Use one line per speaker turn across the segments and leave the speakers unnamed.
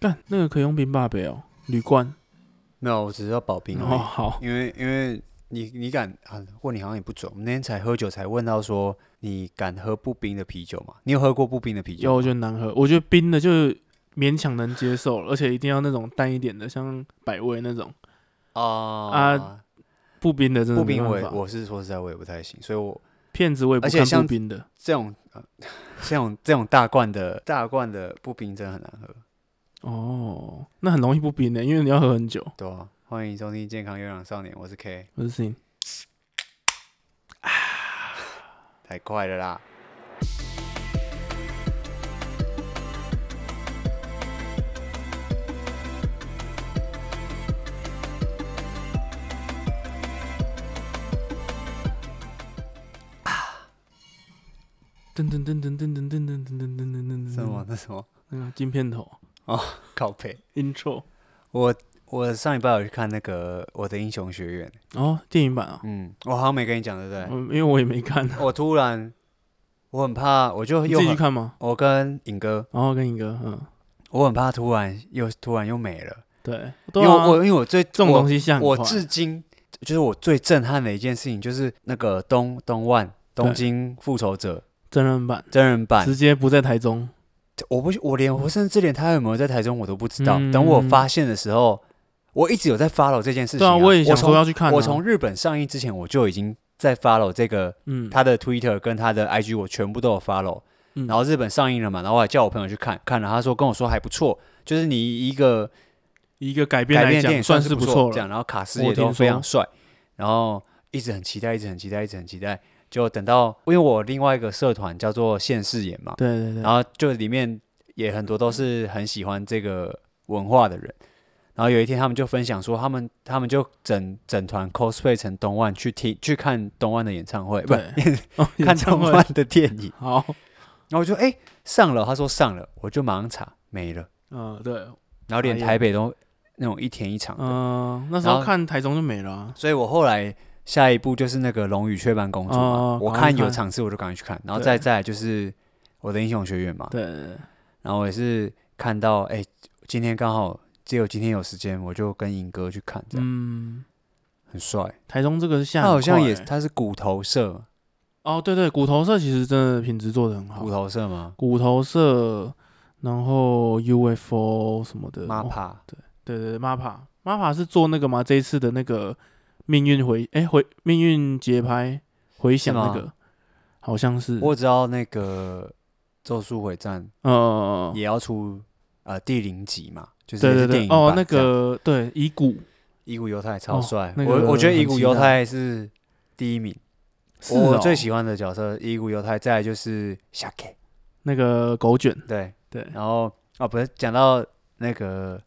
干那个可以用冰霸杯哦，铝罐。
没有，我只是要保冰而已
哦，好，
因为因为你你敢啊？问你好像也不准。我们那天才喝酒才问到说，你敢喝不冰的啤酒吗？你有喝过不冰的啤
有
酒
我
吗？
觉得难喝，我觉得冰的就是勉强能接受，而且一定要那种淡一点的，像百威那种。
啊
不冰的真的
不
没
冰我
办
也
法，
我是说实在我也不太行，所以我
骗子我也不
而且
看
像
不冰的。
这种、呃、这种这种大罐的大罐的不冰真的很难喝，
哦，那很容易不冰的，因为你要喝很久。
对啊。欢迎收听健康有氧少年，我是 K，
我是 Sin，
太快了啦！
啊噔噔噔噔噔噔噔噔噔噔噔噔噔噔，
什么？？那什么？
那个金片头
靠背。
intro
我我上礼拜有去看那个《我的英雄学院》，
哦，电影版啊，
嗯，我好像没跟你讲，对不对？
嗯因为我也没看，
我突然，我很怕，我就
你
又
自己去
很
看吗？
我跟尹哥，
然后跟一个嗯，
我很怕突然又突然又没了，
对，
因
对
为
啊
我，因为我最
这种东西像
我，我至今就是我最震撼的一件事情，就是那个东东万东京复仇者
真人版
真人版，
直接不在台中，
我不我连我甚至连他有没有在台中我都不知道，
嗯
等我发现的时候，我一直有在 follow 这件事情、
对啊，我
我
也想说
从
要去看啊，
我从日本上映之前我就已经在 follow 这个
嗯，
他的 Twitter 跟他的 IG 我全部都有 follow，、
嗯
然后日本上映了嘛，然后我还叫我朋友去看，看了他说跟我说还不错，就是你一个
一个改编
改
来
编的电
讲
影
算
是
是
不
错
这样，
了，
然后卡斯
我
也都
听
非常
说
帅，然后一直很期待，一直很期待，一直很期待，就等到因为我另外一个社团叫做现世演嘛，
对对对
然，后就里面也很多都是很喜欢这个文化的人。然后有一天，他们就分享说，他们他们就整整团 cosplay 成东万去听去看东万的演唱会， 不
对哦
看
演唱
东
会
万的电影。
好，
然后我就哎、上了，他说上了，我就马上查没了，
嗯，对，
然后连
哎呀
台北都那种一天一场的，
嗯，那时
然
候
后
看台中就没了啊，
所以我后来下一步就是那个《龙与雀斑公主》嘛，
哦
我
赶快
看有
看
场次我就赶快去看，然后
对
再再来就是我的英雄学院嘛，
对对对，
然后我也是看到哎、今天刚好只有今天有时间，我就跟尹哥去看，这样、
嗯，
很帅，
台中这个是下
他
很
好像
快
也
欸
他是骨头社，
哦，对对，骨头社其实真的品质做的很好
骨，头社吗
骨头社，然后 UFO 什么的哦
？MAPA
对对对，MAPA，MAPA 是做那个吗？这一次的那个命运回，哎、回命运节拍回响
是吗
那个，好像是，
我只要那个《咒术回战》
呃，
也要出呃第零集嘛，就是
对
也
对
是电
对，
影
哦，
版
那
这样
个对遗骨
乙骨犹太超
哦
帅，
那
我
个
我觉得
很
乙骨
期
犹
待
太是第一名，
是
我
哦
最喜欢的角色乙骨犹太，再来就是夏 K，
那个狗卷，
对，
对，
然后啊不是讲到那个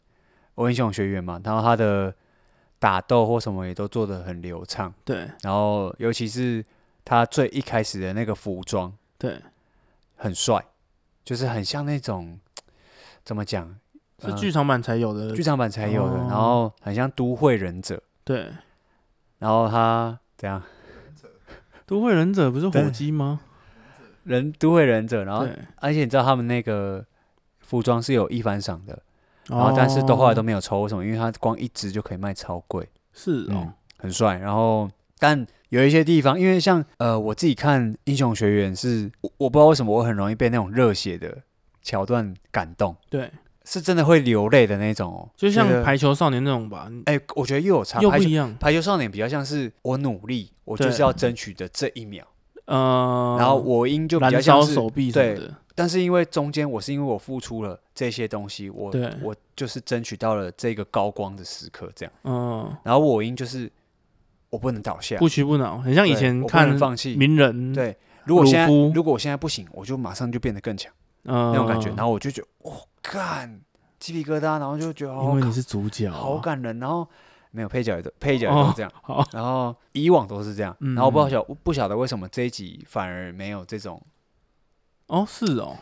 我英雄学院嘛，然后他的打斗或什么也都做得很流畅，
对
然后尤其是他最一开始的那个服装
对，
很帅，就是很像那种怎么讲，
是
嗯
剧场版才有的，
剧场版才有的，然
哦
后很像都会忍者，
对，
然后他怎样？
都会忍者不是火
对
鸡吗？
人都会忍者，然后
对，
而且你知道他们那个服装是有一番赏的，然后但是都后来都
哦
没有抽，为什么？因为它光一只就可以卖超贵，
是哦
嗯，很帅。然后但有一些地方，因为像呃我自己看《英雄学院是》我我不知道为什么我很容易被那种热血的桥段感动，
对，
是真的会流泪的那种哦。
就像
觉得
排球少年那种吧，你
哎、我觉得又有差，
又
排
不
球
一样，
排球少年比较像是我努力，我就
对
是要争取的这一秒，
呃，
然后我英就比较
燃
像
烧
是
手臂什么的，
但是因为中间我是因为我付出了这些东西，我
对
我就是争取到了这个高光的时刻，这样。
嗯，
然后我赢就是我不能倒下，
不屈不挠，很像以
对
前
我不
看
能放弃。
名人，，
对，如果现在
鲁夫
如果我现在不行，我就马上就变得更强
呃，
那种感觉。然后我就觉得，我干鸡皮疙瘩，然后就觉得
因
好
为
感
你是主角啊，哦
好感人。然后没有配角也都配角也都这样，
好，
然后以往都是这样。
嗯
然后不晓我不晓得为什么这一集反而没有这种。
哦，是哦，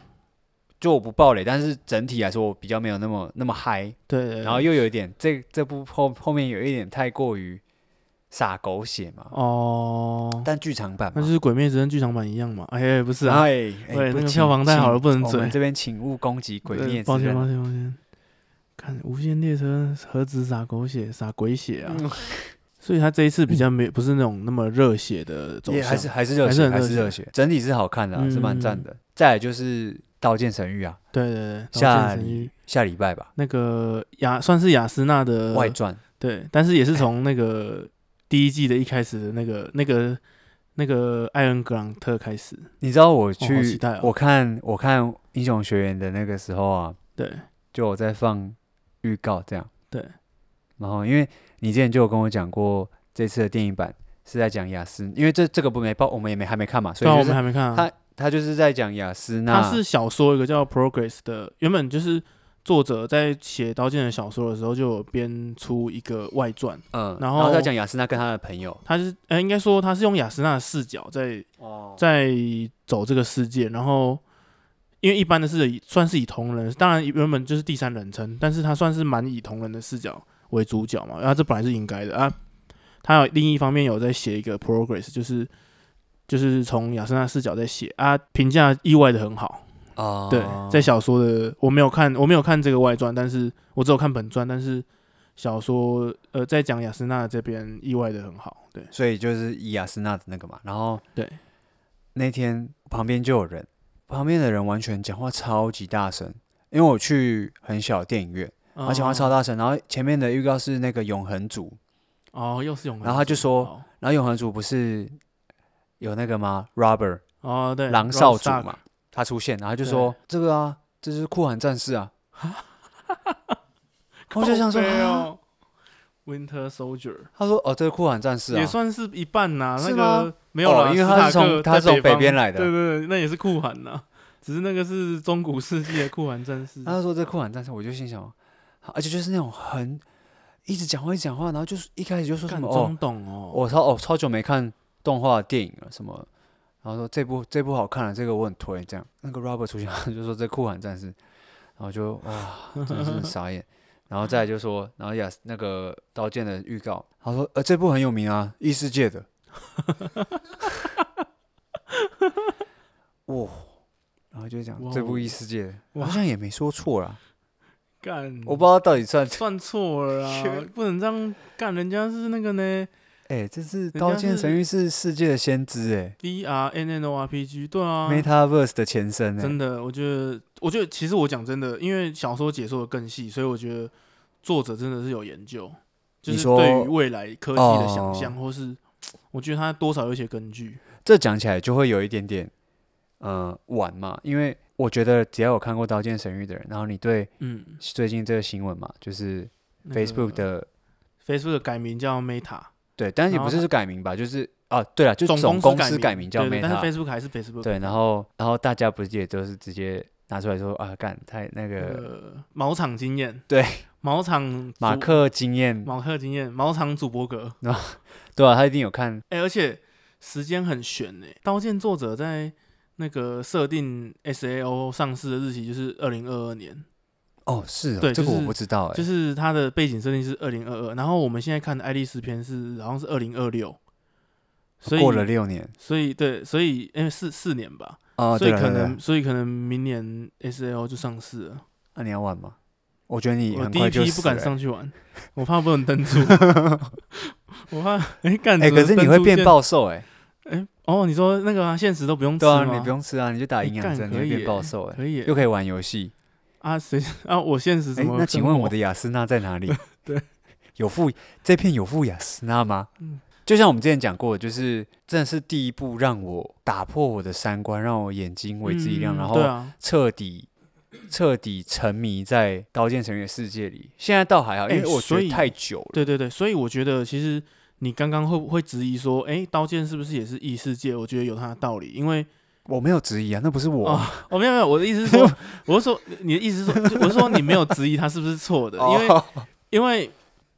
就我不暴雷，但是整体来说我比较没有那么那么嗨，
对对，对
然后又有一点，这这部后后面有一点太过于洒狗血嘛，
哦，
但剧场版
那就
嘛，
是《鬼灭之刃》剧场版一样嘛？哎，不是啊，
哎，哎
对
不
那个
请
票房太好了
请
不能
我们
嘴
这边请勿攻击《鬼
对
灭之
抱歉
刃
抱》，歉抱歉，无限列车何止洒狗血，洒鬼血
嗯
啊！所以他这一次比较没不是那种那么热血的走
也还是
向，
还是热
还是
血，
很
还
热
是
血嗯
热血，整体是好看的啊、是蛮赞的。再来就是《刀剑神域》啊，
对对对，刀
下
剑神域
礼下礼拜吧，
那个雅算是雅斯娜的
外传哎
对，但是也是从那个第一季的一开始的那个那个那个艾恩格朗特开始，
你知道我
好
去
期、待哦
我看我看《英雄学院》的那个时候啊，
对
就我在放预告这样。
对。
然后，因为你之前就有跟我讲过，这次的电影版是在讲雅思，因为这这个不没报，我们也没还没看嘛，所
虽然
以
我
就是
们还没看、啊，
他他就是在讲雅思那。
他是小说一个叫《Progress》的，原本就是作者在写《刀剑》的小说的时候就有编出一个外传，
嗯，
然
然
后
在讲雅思那跟他的朋友。
他是呃应该说他是用雅斯娜的视角在
哦。
在走这个世界，然后因为一般的是以算是以同人，当然原本就是第三人称，但是他算是蛮以同人的视角为主角嘛，然、后这本来是应该
嗯
的啊。他有另一方面有在写一个 progress，就是就是从亚森纳视角在写啊，评价意外的很好。
哦。
对，在小说的我没有看，我没有看这个外传，但是我只有看本传，但是小说呃在讲亚森纳这边意外的很好。对，
所以就是以雅斯纳的那个嘛，然后
对，
那天旁边就有人，旁边的人完全讲话超级大声，因为我去很小的电影院，他讲话超大声，然后前面的预告是那个永恒族，
哦，又是永恒哦族，
然后他就说
好
然后永恒族不是有那个吗？Robert
哦，对，
狼少主
Rob Stark
嘛，他出现，然后就说这个啊，这是酷寒战士啊，我就想说
靠背
啊
哦，Winter Soldier
他说哦，这是酷寒战士啊
也，算是一半呐，那
是吗
个没有啦
哦因为
斯
他
塔
是从
克
他是
在
从北
方
边来的
对对对，那也是酷寒呐，只是那个是中古世纪的酷寒战士，
他就说这酷寒战士，我就心想，好而且就是那种很一直讲话一直讲话，然后就是一开始就说什
看
么哦
中，懂哦，
我超哦超久没看动画电影了，什么，然后说这部这部好看了，啊这个我很推，这样那个 Robert 出现 就说这酷寒战士，然后就哇真的是很傻眼，然后再来就说，然后雅斯那个刀剑的预告，他说呃这部很有名啊，异世界的，哇，然后就讲
哇
这部
哦
异世界的，
哇嗯
好像也没说错啦，
干，
我不知道到底算，
算错了啦，不能这样干，人家是那个呢
哎、这是
家
刀剑
是
神域是世界的先知哎、
，V R N N O R P G，对啊
m e t a v e r s e 的前身哎、
真的，我觉得，我觉得其实我讲真的，因为小说解说的更细，所以我觉得作者真的是有研究，就
你
是
说
对于未来科技的
哦
想象，或是我觉得他多少有一些根据。
这讲起来就会有一点点，呃，晚嘛，因为我觉得只要有看过《刀剑神域》的人，然后你对
嗯
最近这个新闻嘛，就是
那个
Facebook 的，
Facebook 的改名叫 Meta，
对，但是也
然
不
后
是
它
是改名吧，就是啊，对了，就
公
总
司
司改
名
名叫
对对但是
Meta，
Facebook 还是 Facebook。
对，然后然后大家不是也都是直接拿出来说啊，干太那个
呃，毛场经验，
对，
毛场
马
主
克经验，
马克经验，毛场主播格，
对啊，他一定有看，
哎、而且时间很悬呢、刀剑作者在那个设定 SAO 上市的日期就是二零二二年，
哦，是哦，
对
这个
就
我
是
不知道哎、
就是它的背景设定是二零二二，然后我们现在看的《爱丽丝》篇是好像是二零二六，所以
过了六年
所以对，所以因为四四年吧，
啊，
所以
对了
可
对了
能所以可能明年 S A O 就上市了。
那、啊你要玩吗？我觉得你
我
很
第一
快就
批不
死
敢
了欸
上去 玩，我怕不能登出，我怕哎干。
哎、
怎么
可是你
登
会
出
变
键。
暴瘦哎、
哎哦，你说那个啊，现实都不用吃
对啊，
吗
你不用吃啊，你就打
哎
营养
干
针，你
可
会
以
变
耶
暴瘦哎、
可以欸
又可以玩游戏。
啊？谁 啊？我现实
哎、
怎么生活？
那请问我的雅诗娜在哪里？
对，
有附这片有附雅诗娜吗？
嗯
就像我们之前讲过，就是真的是第一部让我打破我的三观，让我眼睛为之一亮，
嗯
然
对
后
啊，
彻底彻底沉迷在《刀剑神域》的世界里。现在倒还好，因
哎
为我觉
所
得
以
太久了。
对对对，所以我觉得其实你刚刚会会质疑说，诶，刀剑是不是也是异世界？我觉得有它的道理，因为
我没有质疑啊，那不是我啊、
哦，没有没有，我的意思是 说，我是说你的意思是说，就我是说你没有质疑它是不是错 的，因为
哦
因为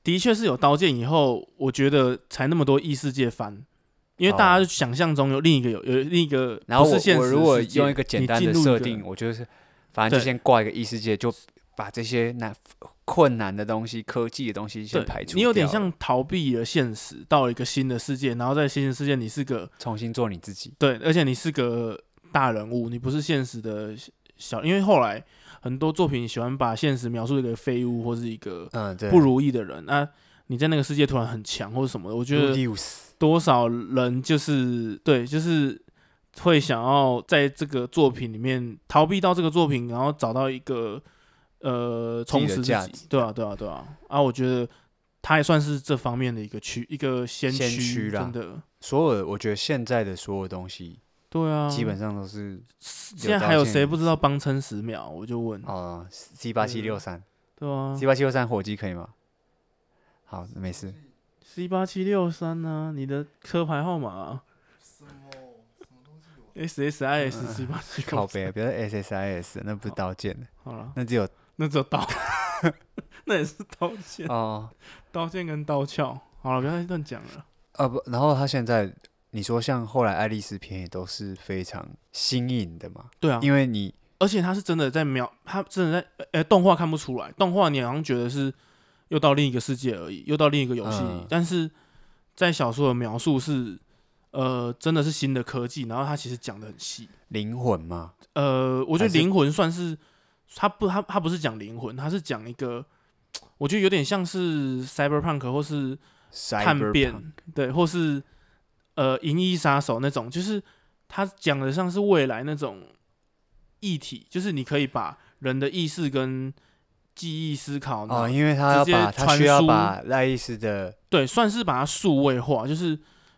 的确是有刀剑以后，我觉得才那么多异世界番。因为大家
哦
就想象中有另一个有有另一个，
然后
不
我
是现
我
实
如果
世界
用一个简
你
单
进
的
入一
设
个
定，我就是反正就
对
先挂一个异世界，就把这些难困难的东西、科技的东西先
对
排除掉了。
你有点像逃避了现实，到了一个新的世界，然后在新的世界你是个
重新做你自己。
对，而且你是个大人物，你不是现实的小，因为后来很多作品喜欢把现实描述一个废物或是一个
嗯，对，
不如意的人，那、你在那个世界突然很强或者什么的，我觉得
reduce，
多少人就是对，就是会想要在这个作品里面逃避到这个作品，然后找到一个呃充实
自
自
己的价
己
值。
对啊，对啊，对啊。啊，我觉得他也算是这方面的一个区，一个先
先驱啦
真的。
所有的我觉得现在的所有东西
对啊，
基本上都是
现在还哦有谁不知道帮撑十秒？我就问，
啊 C 八七六三
对啊
C 八七六三火机可以吗？好，没事。
，C 八七六三呢？你的车牌号码、啊、？S S I S C 八七
靠
六，
背，不要 SSIS，那不是刀剑的，
好了，
那 只有
那只有刀，那也是刀剑。
哦
刀剑跟刀鞘。好了，不要再乱讲了。
呃不，然后他现在你说像后来爱丽丝片也都是非常新颖的嘛，
对啊，
因为你
而且他是真的在描，他真的在，呃、动画看不出来，动画你好像觉得是又到另一个世界而已，又到另一个游戏、
嗯
但是在小说的描述是，呃，真的是新的科技，然后他其实讲的很细。
灵魂嘛，
呃，我觉得
还是
灵魂算是他不，他他不是讲灵魂，他是讲一个，我觉得有点像是 cyberpunk 或是叛
cyberpunk
变，对，或是呃《银翼杀手》那种，就是他讲的像是未来那种议题，就是你可以把人的意识跟记忆、思考呢，
哦，因为他要
直接
把他
传
需要
输
把爱丽丝的，
对，算是把它数位化，就是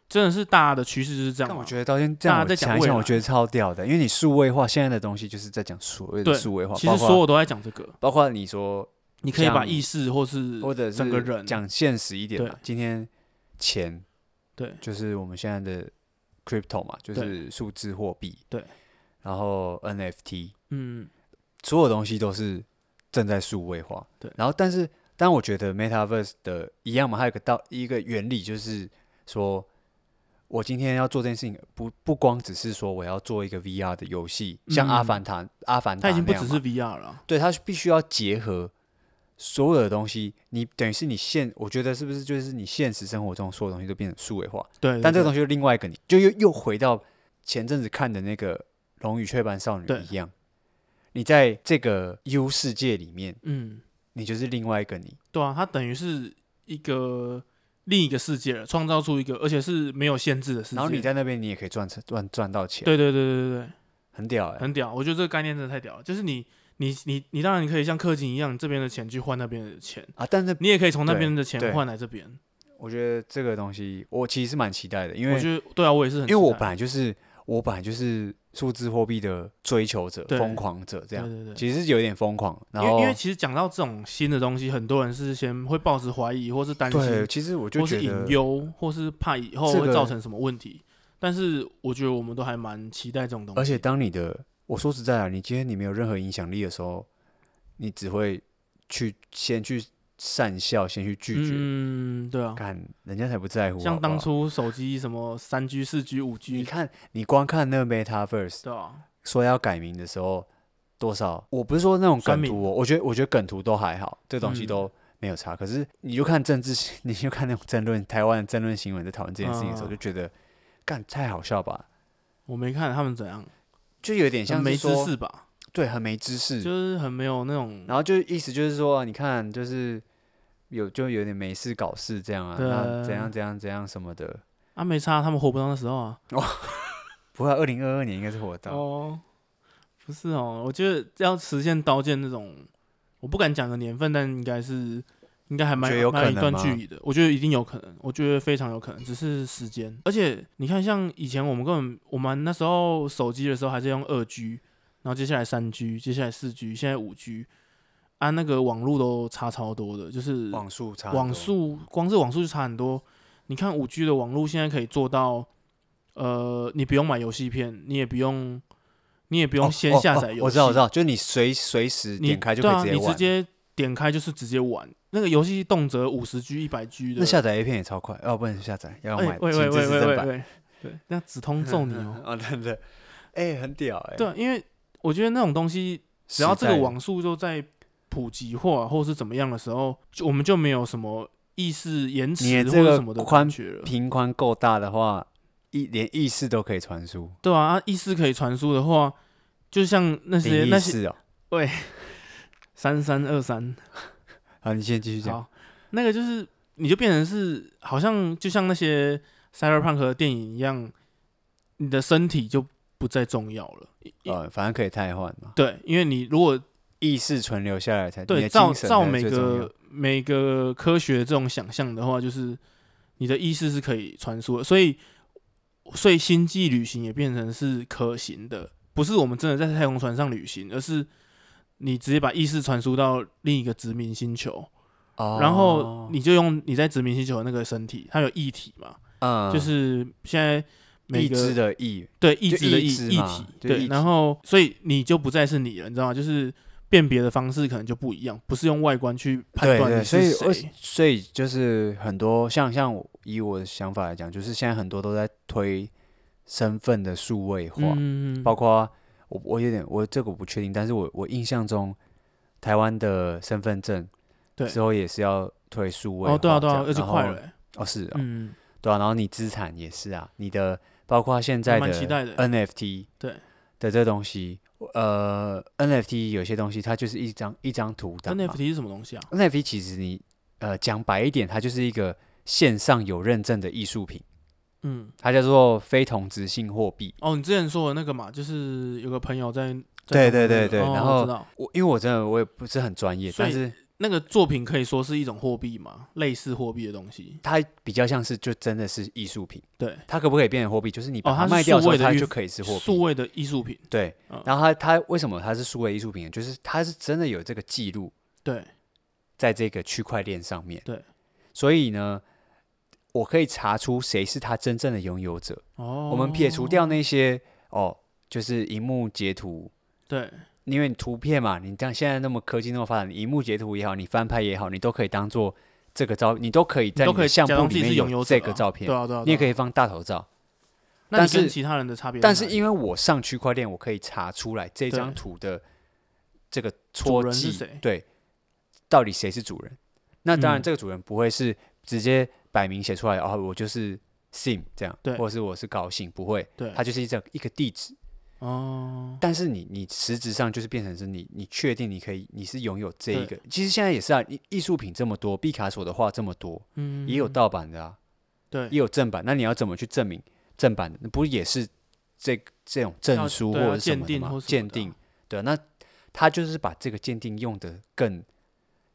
真的是大的趋势就是这样啊
但
嘛。
我觉得刀剑这样
大家
我
在讲
想一
未
想，我
来
觉得超屌的，因为你数位化现在的东西就是在讲所谓的
对
数位化，
其
包
实
括
所有都在讲这个，
包括你说
你可以把
像
意识或是
或者是
整个人
讲现实一点嘛
对，
今天钱
对
就是我们现在的 crypto 嘛，就
对
是数字货币，
对，
然后 NFT，
嗯
所有东西都是正在数位化，
对
然后，但是，但我觉得 Metaverse 的一样嘛，还有一个道一个原理就是说，我今天要做这件事情，不不光只是说我要做一个 VR 的游戏，像
嗯
阿凡达，阿凡达
它已经不
那样
只
嘛
是 VR 了啊，
对，它是必须要结合所有的东西。你等于是你现，我觉得是不是就是你现实生活中所有东西都变成数位化？
对，对
但这
对
个东西就另外一个你，就又又回到前阵子看的那个《龙与雀斑少女
对》
一样，你在这个 U 世界里面，
嗯，
你就是另外一个你。
对啊，它等于是一个另一个世界了，创造出一个而且是没有限制的世界。
然后你在那边，你也可以赚成赚赚到钱，
对对对对对对。
很屌哎、
很屌，我觉得这个概念真的太屌了。就是你你你你当然你可以像氪金一样，这边的钱去换那边的钱，
啊！但是
你也可以从那
对
边的
对
钱换来这边。
我觉得这个东西，我其实是蛮期待的，因
我
为
觉得对啊，我也是很
因
期
为
待，
我本来就是我本来就是数字货币的追求者、
对
疯狂者这样。
对对对。
其实是有点疯狂，然
因为
后
因为其实讲到这种新的东西，很多人是先会抱持怀疑，或是担
对，
心，
其实我就
或是
觉
隐
得，
忧，或是怕以后
这
会
个
造成什么问题。但是我觉得我们都还蛮期待这种东西。
而且当你的我说实在啊，你今天你没有任何影响力的时候，你只会去先去善笑，先去拒绝，
嗯，对啊，
看人家才不在乎。好
像
不好
当初手机什么三 G、四 G、五
你
G，
看，你光看那个 MetaVerse
对啊，
说要改名的时候，多少我不是说那种
酸
梗
民
图哦，我觉得我觉得梗图都还好，这东西
嗯
都没有差。可是你就看政治新， 你就看那种争论，台湾的争论新闻在讨论这件事情的时候，
嗯
就觉得干太好笑吧，
我没看他们怎样，
就有点
很
像
没
是
知
说
识吧，
对，很没知识。
就是很没有那种
然后就意思就是说，啊你看，就是有就有点没事搞事这样啊，
对啊
那怎样怎样怎样什么的。
啊，没差，他们活不到那时候啊。
不过二零二二年应该是活到，
哦，不是哦，我觉得要实现刀剑那种，我不敢讲个年份，但应该是应该还蛮
觉得有
蛮
可
一
能
段
吗
距离的。我觉得一定有可能，我觉得非常有可能，只是时间。而且你看，像以前我们根本我们那时候手机的时候还是用二 G，然后接下来三 G，接下来四 G，现在五 G，啊，那个网络都差超多的，就是
网速差很多
网速光是网速就差很多。你看五 G 的网络现在可以做到，呃，你不用买游戏片，你也不用，你也不
哦
用先下载
哦
游戏、
哦我知道我知道，就是你随随时
你
点开就
对
可以
啊
直接
你
玩。
直接点开就是直接玩。那个游戏动辄五十 G、一百 G 的，
那下载 A 片也超快，哦，不能下载，要
哎
买
喂
请
喂
支
喂
持
喂
正
喂
版。
喂，对，那子通揍你 哦。
哦，真的，哎，很屌哎。
对啊，因为我觉得那种东西，只要
时
这
代
个网速都在普及化或是怎么样的时候，就我们就没有什么意识延迟
你
或
这
者
个
什么的
宽
感觉了。
频宽够大的话，意连意识都可以传输。
对啊，啊意识可以传输的话，就像那些
灵
那
异
些
事哦。
三三二三，
好，你先继续讲。
好，那个就是你就变成是好像就像那些 cyberpunk 的电影一样，你的身体就不再重要了。
呃，反正可以汰换嘛，
对，因为你如果
意识存留下来才你
对
的
照
精神
照
才是
每
最重要
个每个科学这种想象的话，就是你的意识是可以传输的，所以所以星际旅行也变成是可行的，不是我们真的在太空船上旅行，而是你直接把意识传输到另一个殖民星球，
哦
然后你就用你在殖民星球的那个身体，它有异体嘛，
嗯
就是现在每
意志
个
的意，
对意志的
意
意
志
意
嘛
体，
就意
对，
体
然后所以你就不再是你了，你知道吗？就是辨别的方式可能就不一样，不是用外观去判
对
断
对，
你
所
是
以我
谁。
所以就是很多像像我以我的想法来讲，就是现在很多都在推身份的数位化，
嗯，
包括我我有点我这个我不确定，但是我我印象中台湾的身份证
对
之后也是要推数位化
哦，对啊，对
这
啊
样，
而且
然
快
后
了欸，
哦是啊、
嗯，
对啊，然后你资产也是啊，你的包括现在
还蛮期待
的
的
NFT
对
的这东西，呃，NFT 有些东西它就是一张一张图档嘛
NFT 是什么东西啊？
NFT 其实你呃讲白一点，它就是一个线上有认证的艺术品，
嗯，
它叫做非同质性货币。
哦，你之前说的那个嘛，就是有个朋友在，
对
在弄那
对对
个
对
哦
然
我
后
知道
我因为我真的我也不是很专业，
所
但
以
是
那个作品可以说是一种货币嘛，类似货币的东西，
它比较像是就真的是艺术品，
对，
它可不可以变成货币？就是你把
哦它是
卖掉之
数
后，
位的
它
预
就可以是货
数
币。
位的艺术品，
对
嗯，
然后它它为什么它是数位艺术品呢？就是它是真的有这个记录
对，
在这个区块链上面。
对，
所以呢，我可以查出谁是它真正的拥有者。
哦，
我们撇除掉那些哦，就是荧幕截图，
对，
因为你图片嘛，你像现在那么科技那么发达，你荧幕截图也好，你翻拍也好，你都可以当做这个照，你都可以在
都
你
可
的
以假
相
装
簿
自己
里
是
面
拥有
有
者
这
啊
个照片
对，啊对啊，
你也
对
可
啊
以放大头照。
那你
但
跟
是
其他人的差别在哪
但
里，
是因为我上区块链，我可以查出来这张
对
图的这个
主
戳
人是
记
谁，
对，到底谁是主人？那当然，
嗯
这个主人不会是直接摆明写出来，哦，我就是 Sim 这样，
对
或者是我是高兴，不会，
对
它就是一张一个地址。
哦，
但是你你实质上就是变成是你你确定你可以你是拥有这
对
一个，其实现在也是啊，艺艺术品这么多，毕卡索的画这么多，
嗯，
也有盗版的啊，
对
也有正版，那你要怎么去证明正版的？不也是这这种证
要
书或
对啊
者什
鉴
么的
定
吗？
或什么的啊
鉴定，对啊，那他就是把这个鉴定用的更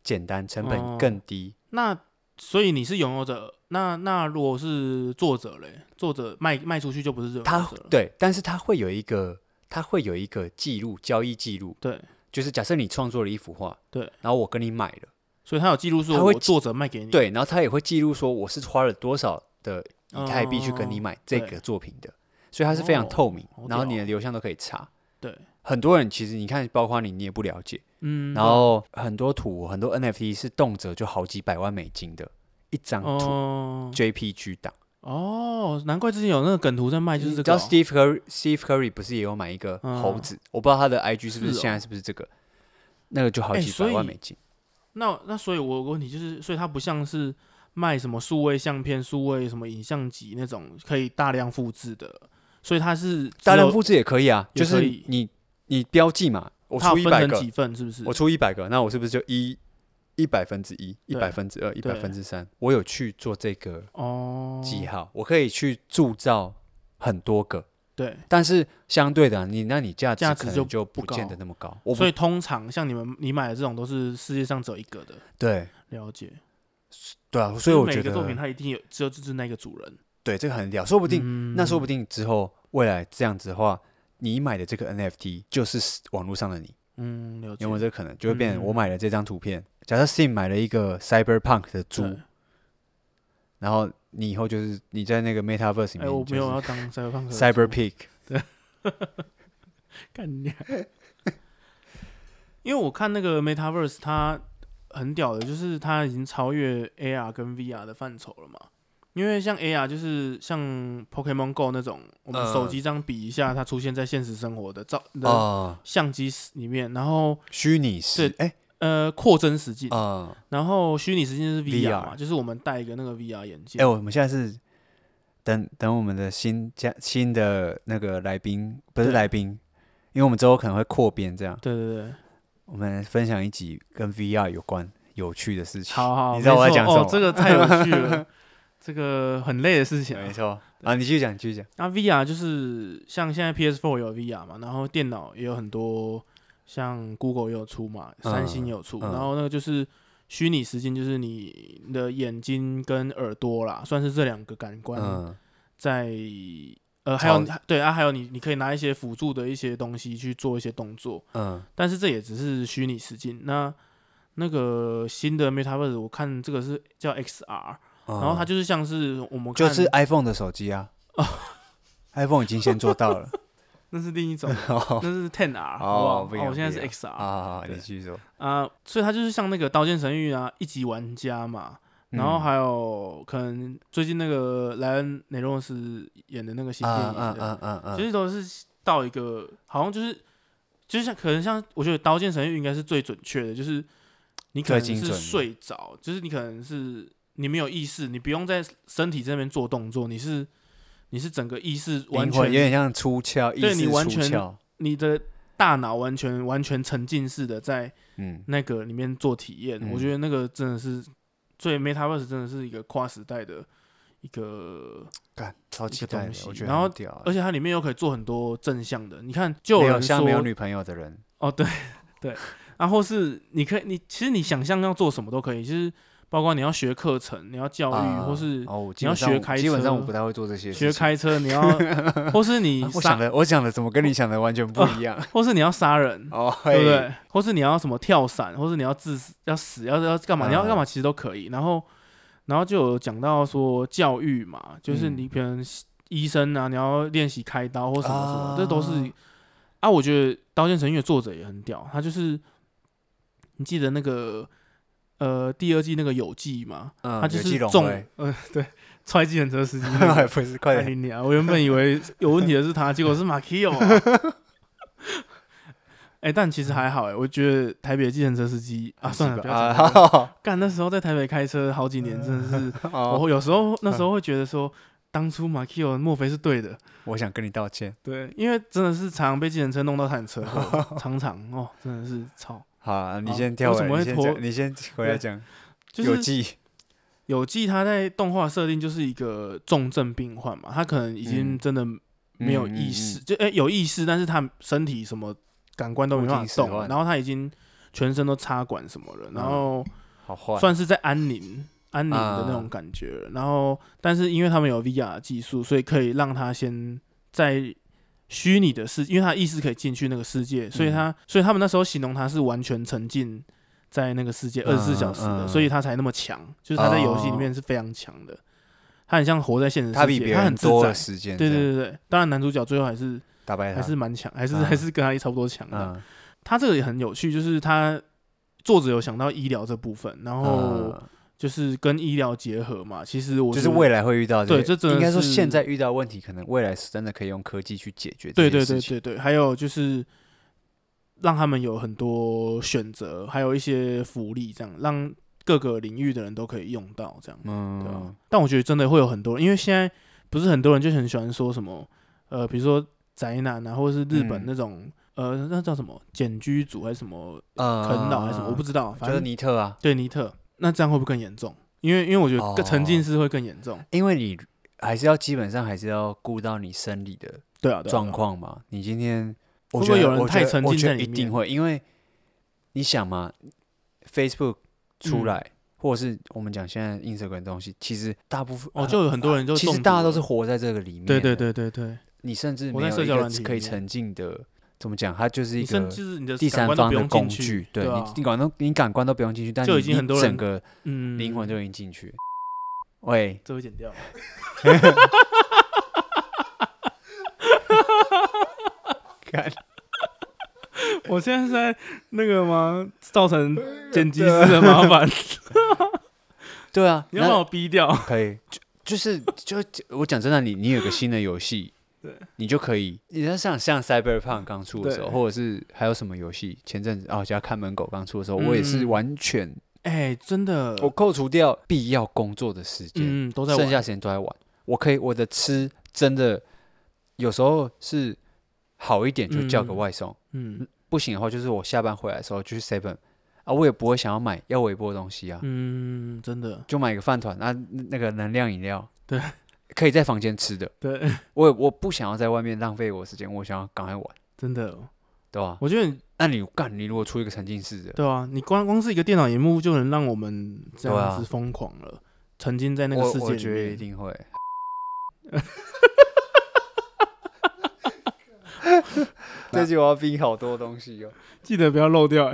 简单，成本
哦
更低。
那所以你是拥有者，那那如果是作者嘞，作者卖卖出去就不是拥有者
他
了，
对，但是他会有一个，他会有一个记录，交易记录，
对，
就是假设你创作了一幅画，
对，
然后我跟你买了。
所以他有记录说
他会
我作者卖给你，
对，然后他也会记录说我是花了多少的以太币去跟你
哦
买这
对
个作品的，所以它是非常
哦
透明，
好
然后
屌哦
你的流向都可以查。
对，
很多人其实你看，包括你，你也不了解。
嗯，
然后很多图，很多 NFT 是动辄就好几百万美金的一张图、
哦
JPG 档。
哦，难怪之前有那个梗图在卖，就是
你
这
知
个
道
哦
Steve Curry Steve Curry 不是也有买一个猴
嗯
子？我不知道他的 IG 是不是
是哦
现在是不是这个，那个就好
哎
几
所
百万
以
美金。
那那所以，我有个问题就是，所以它不像是卖什么数位相片、数位什么影像集那种可以大量复制的，所以它是
大量
制，
复制也可以啊，
也
就是
可以
你你标记嘛，我
它
出
有
一
分
百
成
个，
几份，是不是？
我出一百个，那我是不是就一一百分之一、一百分之二、一百
对
分之三？我有去做这个
哦，
记号，我可以去铸造很多个，
对，
但是相对的啊，你那你价值
价值
可
就
能就
不
不见得
高
那么高。我不
所以通常像你们你买的这种都是世界上只有一个的，
对
了解。
对啊，所以我
就是
觉
每个作品
得
它一定有只有就是那个主人，嗯
对这个很屌，说不定
定
那说不定之后未来这样子的话，你买的这个 NFT 就是网络上的你，
嗯了解
有没有这个可能？就会变成我
嗯
买了这张图片，假设 Sim 买了一个 Cyberpunk 的猪，
对
然后你以后就是你在那个 Metaverse 里
哎、
面，
我没有要
就是
当 cyberpunk 的
Cyber
主
Pig，
干你、啊因为我看那个 Metaverse，它很屌的，就是它已经超越 AR 跟 VR 的范畴了嘛。因为像 AR 就是像 Pokemon Go 那种，我们
嗯
手机这样比一下，它出现在现实生活的照的
啊，
相机里面，然后
虚拟是哎
呃扩增实境，
啊
然后虚拟实境是 VR 嘛，
VR
就是我们戴一个那个 VR 眼镜
哎，。我们现在是等等我们的新加新的那个来宾，不是
对
来宾，因为我们之后可能会扩编这样，
对对对，
我们分享一集跟 VR 有关有趣的事情。
好好，
你知道我在
没错
讲什么
哦？这个太有趣 了，这个很累的事情啊。
没错啊，你继续讲，继续讲。
那 VR 就是像现在 PS4 有 VR 嘛，然后电脑也有很多，像 Google 也有出嘛，
嗯
三星也有出，
嗯
然后那个就是虚拟实境，就是你的眼睛跟耳朵啦，算是这两个感官
嗯，
在、呃，还有
操
对啊，还有你你可以拿一些辅助的一些东西去做一些动作，
嗯，
但是这也只是虚拟实境。那那个新的 Metaverse，我看这个是叫 XR，、
然
然后它就是像是我们看
哦嗯就是 iPhone 的手机 啊，iPhone 已经先做到了。
那是另一 种。
好
那是 Ten R，好 不好？
哦
哦
不一样
我现在是
不一样
XR 啊、
好好，
对
你继续说。
所以它就是像那个《刀剑神域》啊，一级玩家嘛，然后
嗯
还有可能最近那个莱恩·雷诺斯演的那个新电影
嗯嗯
的，
嗯嗯嗯，
其实都是到一个好像就是，就像可能像我觉得《刀剑神域》应该是最准确的，就是你可
最
能
精
是
准的
睡着，就是你可能是你没有意识，你不用在身体这边做动作，你是你是整个意识完
灵
全
魂有点像出窍，意
对
识
你完
出
全
窍。
你的大脑完全完全沉浸式的在
嗯，
那个里面做体验，
嗯
我觉得那个真的是最 MetaVerse 真的是一个跨时代的一个，
干，超
一
期
个
待
东
的，
西
我觉得
然后
很屌欸。
而且它里面又可以做很多正向的。你看，就
没有
人
像
说
没有女朋友的人，
哦，对对，然后是你可以，你其实你想象要做什么都可以，就是包括你要学课程，你要教育，
啊
或是
哦，我基
你要
本上
学
我
开
基本上我
车
不太会做这些事
学
情。
开车，你 要或是你
啊我
杀
想，的，我想的怎么跟你想的完全不 一样？
或是你要杀人，
哦，
对不
嘿
对？或是你要什么跳伞，或是你要自死、要死、要要干嘛？
嗯
你要干嘛其实都可以。然后，然后就有讲到说教育嘛，就是
嗯
你可能医生啊，你要练习开刀或什么什么，
啊
这都是啊。我觉得《刀剑神域》的作者也很屌，他就是你记得那个呃第二季那个有纪嘛，
嗯，
他就
有基
是
隆
中
会
呃对踹计程车司 机、那个
还不是快
哎
点，
你啊！我原本以为有问题的是他，结果是马 k i o 哎、但其实还好哎、我觉得台北的计程车司机啊，算了，不要
啊，
讲
哈
这个。
哈
干那时候在台北开车好几年，真的 是，
哦
我有时候那时候会觉得说，当初马 k i o 莫非是对的？
我想跟你道歉。
对，因为真的是常常被计程车弄到惨车祸，常常哦，真的是操，
好啊，你
好
先跳
为
回
什
来，
么会拖
你先讲，你先回来讲。
就是
有记，
有纪他在动画设定就是一个重症病患嘛，他可能已经
嗯
真的没有
嗯
意识，，就哎、有意识，但是他身体什么感官都没办
物尽
法
其
动
乱
了，然后他已经全身都插管什么了，然后
嗯好坏，
算是在安宁安宁的那种
啊
感觉了，然后但是因为他们有 VR 技术，所以可以让他先在。虚拟的世，因为他意识可以进去那个世界，所以他，
嗯
所以他们那时候形容他是完全沉浸在那个世界二
嗯
十四小时的，
嗯
所以他才那么强，就是他在游戏里面是非常强的，他很像活在现实世界，
他比别
很
人
自
多
在
的，时间，
对对，对对，当然男主角最后还是
打败他
还是蛮强，还是、
嗯
还是跟他差不多强的。
嗯，
他这个也很有趣，就是他作者有想到医疗这部分，然后
嗯
就是跟医疗结合嘛。其实我
就是
为
未来会遇到个，
对这真的
应该说
是
现在遇到问题，可能未来是真的可以用科技去解决
对
这
对
些
对
事情。
对对，还有就是让他们有很多选择，还有一些福利，这样让各个领域的人都可以用到这样。对啊
嗯，
但我觉得真的会有很多人，因为现在不是很多人就很喜欢说什么，呃，比如说宅男啊，或者是日
嗯
本那种，呃，那叫什么简居族还是什么
呃
啃老还是什么，我不知道，反
就是
正
尼特啊，
对尼特，那这样会不会更严重？因为因为我觉得更
哦
沉浸式会更严重，
因为你还是要基本上还是要顾到你生理的
对啊，对啊
状，况嘛。你今天我
会不
觉
会
得
有人
我觉
太
得
沉
我
浸
觉
在
得
里
一定
面
会，因为你想嘛，Facebook 出
嗯
来，或者是我们讲现在 Instagram 的东西，其实大部分
对啊哦，就有很多人就
其
中
实
毒
大家都
了
是活在这个里面。
对对，对对对，
你甚至
活在
没有
社
一
交
个
软体
可
里
以
面
沉浸的，怎么讲？它就是一
你
个
甚至你的
第
感
三
官都
方
不
的
用
工
进去，
具，对
啊
你，你感官都你感官都不用进去，但
就
你
已经
你
很多人
整个
嗯，
灵魂就已经进去。 喂，
这会剪掉，
看
我现在是在那个吗？造成剪辑
啊
师的麻 烦，
对啊，
你要把
那
我逼掉。
可以，就就是就我讲真的，你你有个新的游戏，
对，
你就可以，你要像像 Cyberpunk 刚出的时候，
对
或者是还有什么游戏，前阵子哦，叫看门狗刚出的时候，我也是
嗯
完全
哎、真的，
我扣除掉必要工作的时间，
嗯，都在
剩
玩，
下时间都在玩。我可以，我的吃真的有时候是好一点就叫个
嗯
外送，
嗯
不行的话就是我下班回来的时候就去 seven 啊，我也不会想要买要微波的东西啊，
嗯，真的
就买一个饭团啊，那那个能量饮料，
对，
可以在房间吃的。
对，
我也我不想要在外面浪费我时间，我想要赶快玩，
真的，
对吧？
我觉得你
那你干，你如果出一个沉浸式的，
对啊，你光光是一个电脑荧幕就能让我们这
对
样
啊
子疯狂了，沉浸在那个
我
世
我
界
觉得
里
一
面。
定会。这句我要逼好多东西哦。
记得不要漏掉、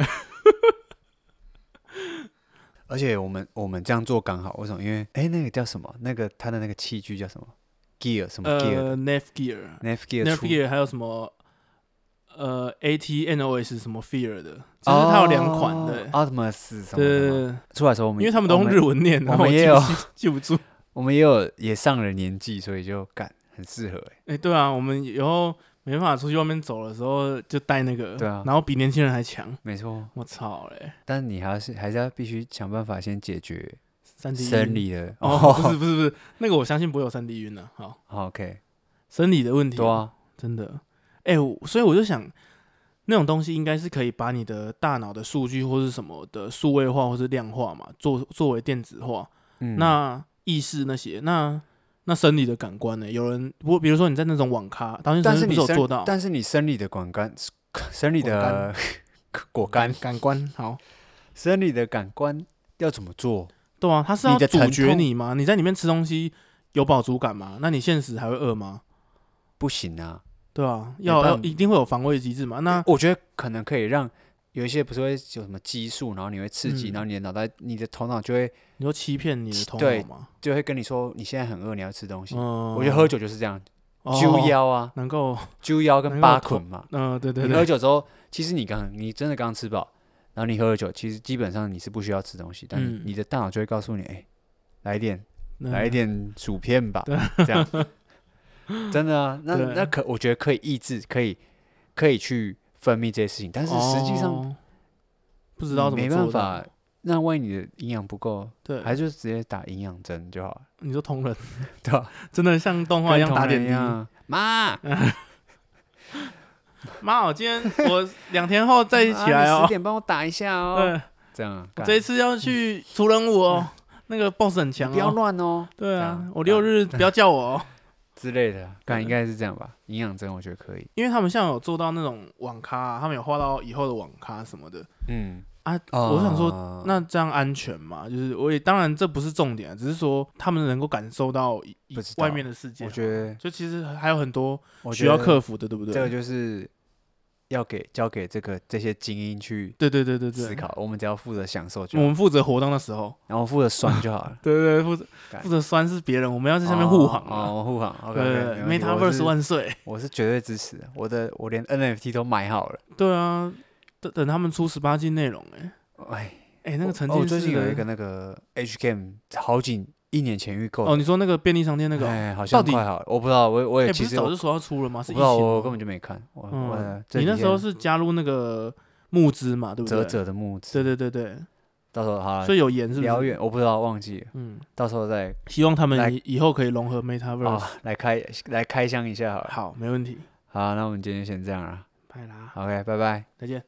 而且我们我们这样做刚好，为什么？因为哎、那个叫什么？那个它的那个器具叫什么？Gear 嗯什么 Gear？Nav、
呃 n e f Gear、
Gear
n e f
出
Gear 还有什么呃 ATNOS 什么 Fear 的，就是它有两款的、
Optimus 哦什么
对对
的嘛。
对，对
出来的时候我们
因为他们都
我
用日文念，然
我
后
们
记
也
不
有
记 记不住。
我们也有也上了年纪，所以就干很适合、欸。
哎、对啊，我们以后没办法出去外面走的时候就带那个，
对啊
然后比年轻人还强。
没错，
我操嘞，
但是你还是还是要必须想办法先解决
三 D
生理的
哦， 不是不是不是，那个我相信不会有三 D 晕的、好，
好哦 OK，
生理的问题，
对啊，
真的。哎、我所以我就想，那种东西应该是可以把你的大脑的数据或是什么的数位化或是量化嘛，作作为电子化。
嗯，
那意识那些，那那生理的感官呢？有人不，比如说你在那种网咖，当时
但是
不
你
是有
生
做到
但是你生理的管干， 生理的 果干，
感官好。
生理的感官要怎么做？
对啊，他是要
你的
阻
疼
绝
痛
你吗？你在里面吃东西有饱足感吗？那你现实还会饿吗？
不行啊，
对啊，
没
要
办
要
法
一定会有防卫机制嘛。那
我觉得可能可以让有一些不是会有什么激素，然后你会刺激，
嗯
然后你的脑袋、你的头脑就会
你说欺骗你的头
对
脑吗？
就会跟你说你现在很饿，你要吃东西。
嗯，
我觉得喝酒就是这样，
哦
揪腰啊，
能够，
揪腰跟
能够
八
吞
捆嘛。
嗯，对对
你喝
对，
酒之后，其实你刚你真的刚吃饱，然后你喝了酒，其实基本上你是不需要吃东西，但
嗯
你的大脑就会告诉你，哎、来一点
嗯
来一，点薯片吧
对，
这样，真 的啊，那
对
那可我觉得可以抑制，可以可以去分泌这些事情，但是实际上
哦不知道怎么
没
做
办
到
法。那万一你的营养不够，
对，
还是直接打营养针就好了，
你说同人
对吧？
真的像动画一样
跟
打
同
点
仁
滴。
一样，啊妈，
妈，我今天我两天后再一起来
啊十
哦。
点帮我打一下哦，
对，
这样啊，
我
干
这一次要去除人舞哦，那个 boss 很强
不要
哦。
乱哦，
对啊
这样，
我六
这
日不要叫我哦。
之类的，
对
干应该是这样吧？营养针我觉得可以。
因为他们像有做到那种网咖、他们有画到以后的网咖什么的
嗯，
啊。
呃
我想说，那这样安全嘛？就是我也当然这不是重点、啊，只是说他们能够感受到以以
不知道
外面的世界。啊
我觉得
就其实还有很多
我
需要
觉得
克服的，对不对？
这个就是要给交给这个这些精英去
对对对对
思
对，嗯
考，我们只要负责享受就
我
好，
们负责活动的时候，
然后负责酸就
。
好了
对对对，负责
干
负责酸是别人，我们要在下面护航
哦，哦
啊。
我护航。
对
OK，
对对，MetaVerse 万岁！
我是绝对支持的，我的我连 NFT 都买好了。
对啊，等等他们出十八禁内容，哎
哎，
哎，那个
我
曾
哦我
经
最近有一
是
个那个 H Game 好几一年前预购的
哦，你说那个便利商店那个哦，
哎，好
到
像
底
快好了，我不知道，我我
哎，
也
不
其
是
实我
早就说要出了吗？是疫
我不
情
知道，我
吗
我根本就没看。我我
嗯，
这
你
几
那时候
天
是加入那个募资嘛，对不
泽
对？
泽的募资，
对对对对，
到时候好了
所以有延是不是
辽啊远，我不知道忘记了，
嗯，
到时候再
希望他
来
们以以后可以融合 MetaVerse。
啊来开来开箱一下好了。
哦好，没问题，
好，那我们今天先这样了
拜啦，
，OK，拜拜。
再见。